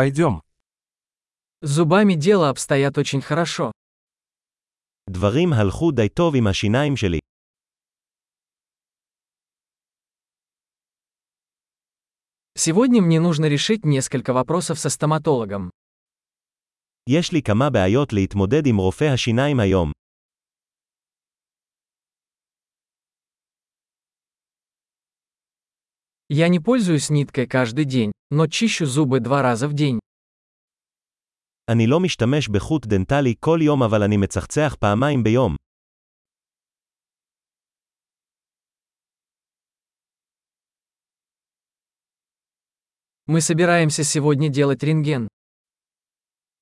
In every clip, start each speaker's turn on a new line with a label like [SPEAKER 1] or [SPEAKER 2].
[SPEAKER 1] Пойдем.
[SPEAKER 2] С зубами дело обстоят очень хорошо.
[SPEAKER 3] דברים הלכו די טוב עם השיניים שלי.
[SPEAKER 2] Сегодня мне нужно решить несколько вопросов со стоматологом.
[SPEAKER 3] יש לי כמה בעיות להתמודד עם רופא השיניים היום.
[SPEAKER 2] Я не пользуюсь ниткой каждый день, но чищу зубы два раза в день.
[SPEAKER 3] אני לא משתמש בחוט דנטלי כל יום אבל אני מצחצח פעמיים ביום.
[SPEAKER 2] Мы собираемся сегодня делать рентген.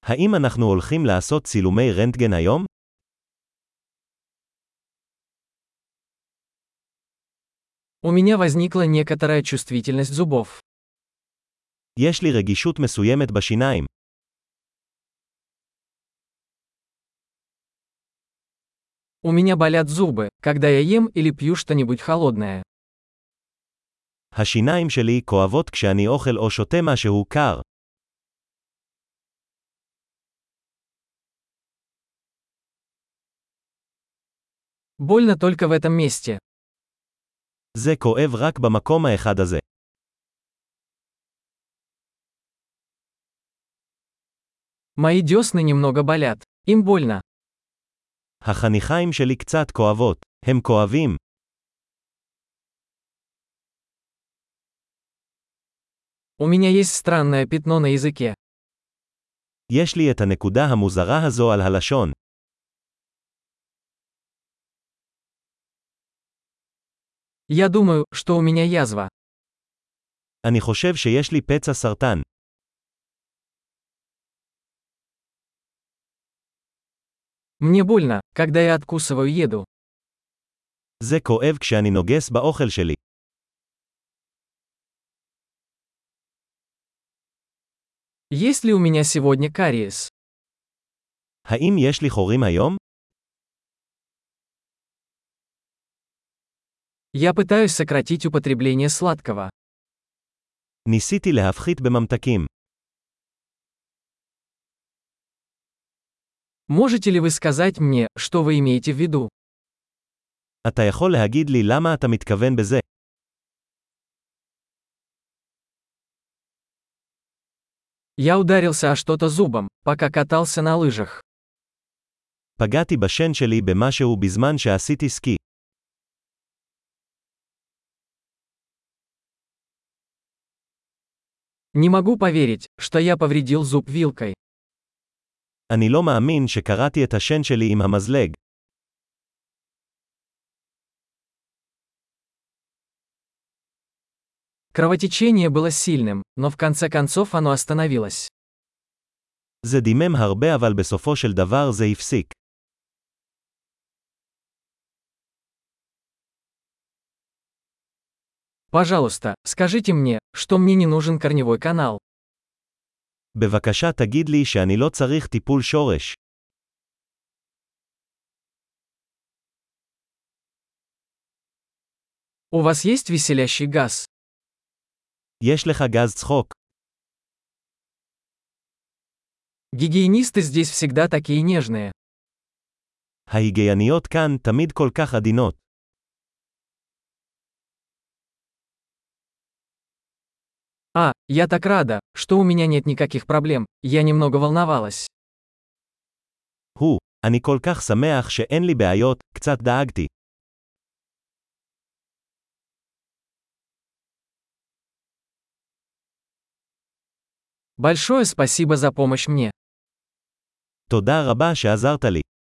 [SPEAKER 3] האם אנחנו הולכים לעשות צילומי רנטגן היום?
[SPEAKER 2] У меня возникла некоторая чувствительность зубов.
[SPEAKER 3] יש לי רגישות מסוימת בשיניים.
[SPEAKER 2] У меня болят зубы, когда я ем или пью что-нибудь холодное.
[SPEAKER 3] השיניים שלי כואבות כשאני אוכל או שותה משהו קר.
[SPEAKER 2] Больно только в этом месте.
[SPEAKER 3] זה כואב רק במקום האחד הזה.
[SPEAKER 2] Мои десны немного болят. Им больно.
[SPEAKER 3] החניכיים שלי קצת כואבות. הם כואבים.
[SPEAKER 2] У меня есть странное пятно на языке.
[SPEAKER 3] יש לי את הנקודה המוזרה הזו על הלשון.
[SPEAKER 2] Я думаю, что у меня язва.
[SPEAKER 3] אני חושב שיש לי פצע סרטן.
[SPEAKER 2] Мне больно, когда я откусываю еду.
[SPEAKER 3] זה כואב כשאני נוגס באוכל שלי.
[SPEAKER 2] Есть ли у меня сегодня кариес?
[SPEAKER 3] האם יש לי חורים היום?
[SPEAKER 2] Я пытаюсь сократить употребление сладкого.
[SPEAKER 3] ניסיתי להפחית בממתקים.
[SPEAKER 2] Можете ли вы сказать мне, что вы имеете в виду?
[SPEAKER 3] אתה יכול להגיד לי למה אתה מתכוון בזה?
[SPEAKER 2] Я ударился о что-то зубом, пока катался на лыжах.
[SPEAKER 3] פגעתי בשן שלי במשהו בזמן שעשיתי סקי.
[SPEAKER 2] Не могу поверить, что я повредил зуб вилкой.
[SPEAKER 3] אני לא מאמין שקרעתי את השן שלי עם המזלג.
[SPEAKER 2] Кровотечение было сильным, но в конце концов оно остановилось.
[SPEAKER 3] זה דימם הרבה אבל בסופו של דבר זה הפסיק.
[SPEAKER 2] Пожалуйста, скажите мне, что мне не нужен корневой канал.
[SPEAKER 3] בבקשה תגיד לי שאני לא צריך טיפול שורש.
[SPEAKER 2] У вас есть веселящий газ?
[SPEAKER 3] יש לך גז צחוק.
[SPEAKER 2] Гигиенисты здесь всегда такие нежные.
[SPEAKER 3] ההיגייניות כאן תמיד כל כך עדינות.
[SPEAKER 2] А, я так рада, что у меня нет никаких проблем, я немного волновалась.
[SPEAKER 3] הוא, אני כל כך שמח שאין לי בעיות, קצת דאגתי.
[SPEAKER 2] Большое спасибо за помощь мне.
[SPEAKER 3] תודה רבה שעזרת לי.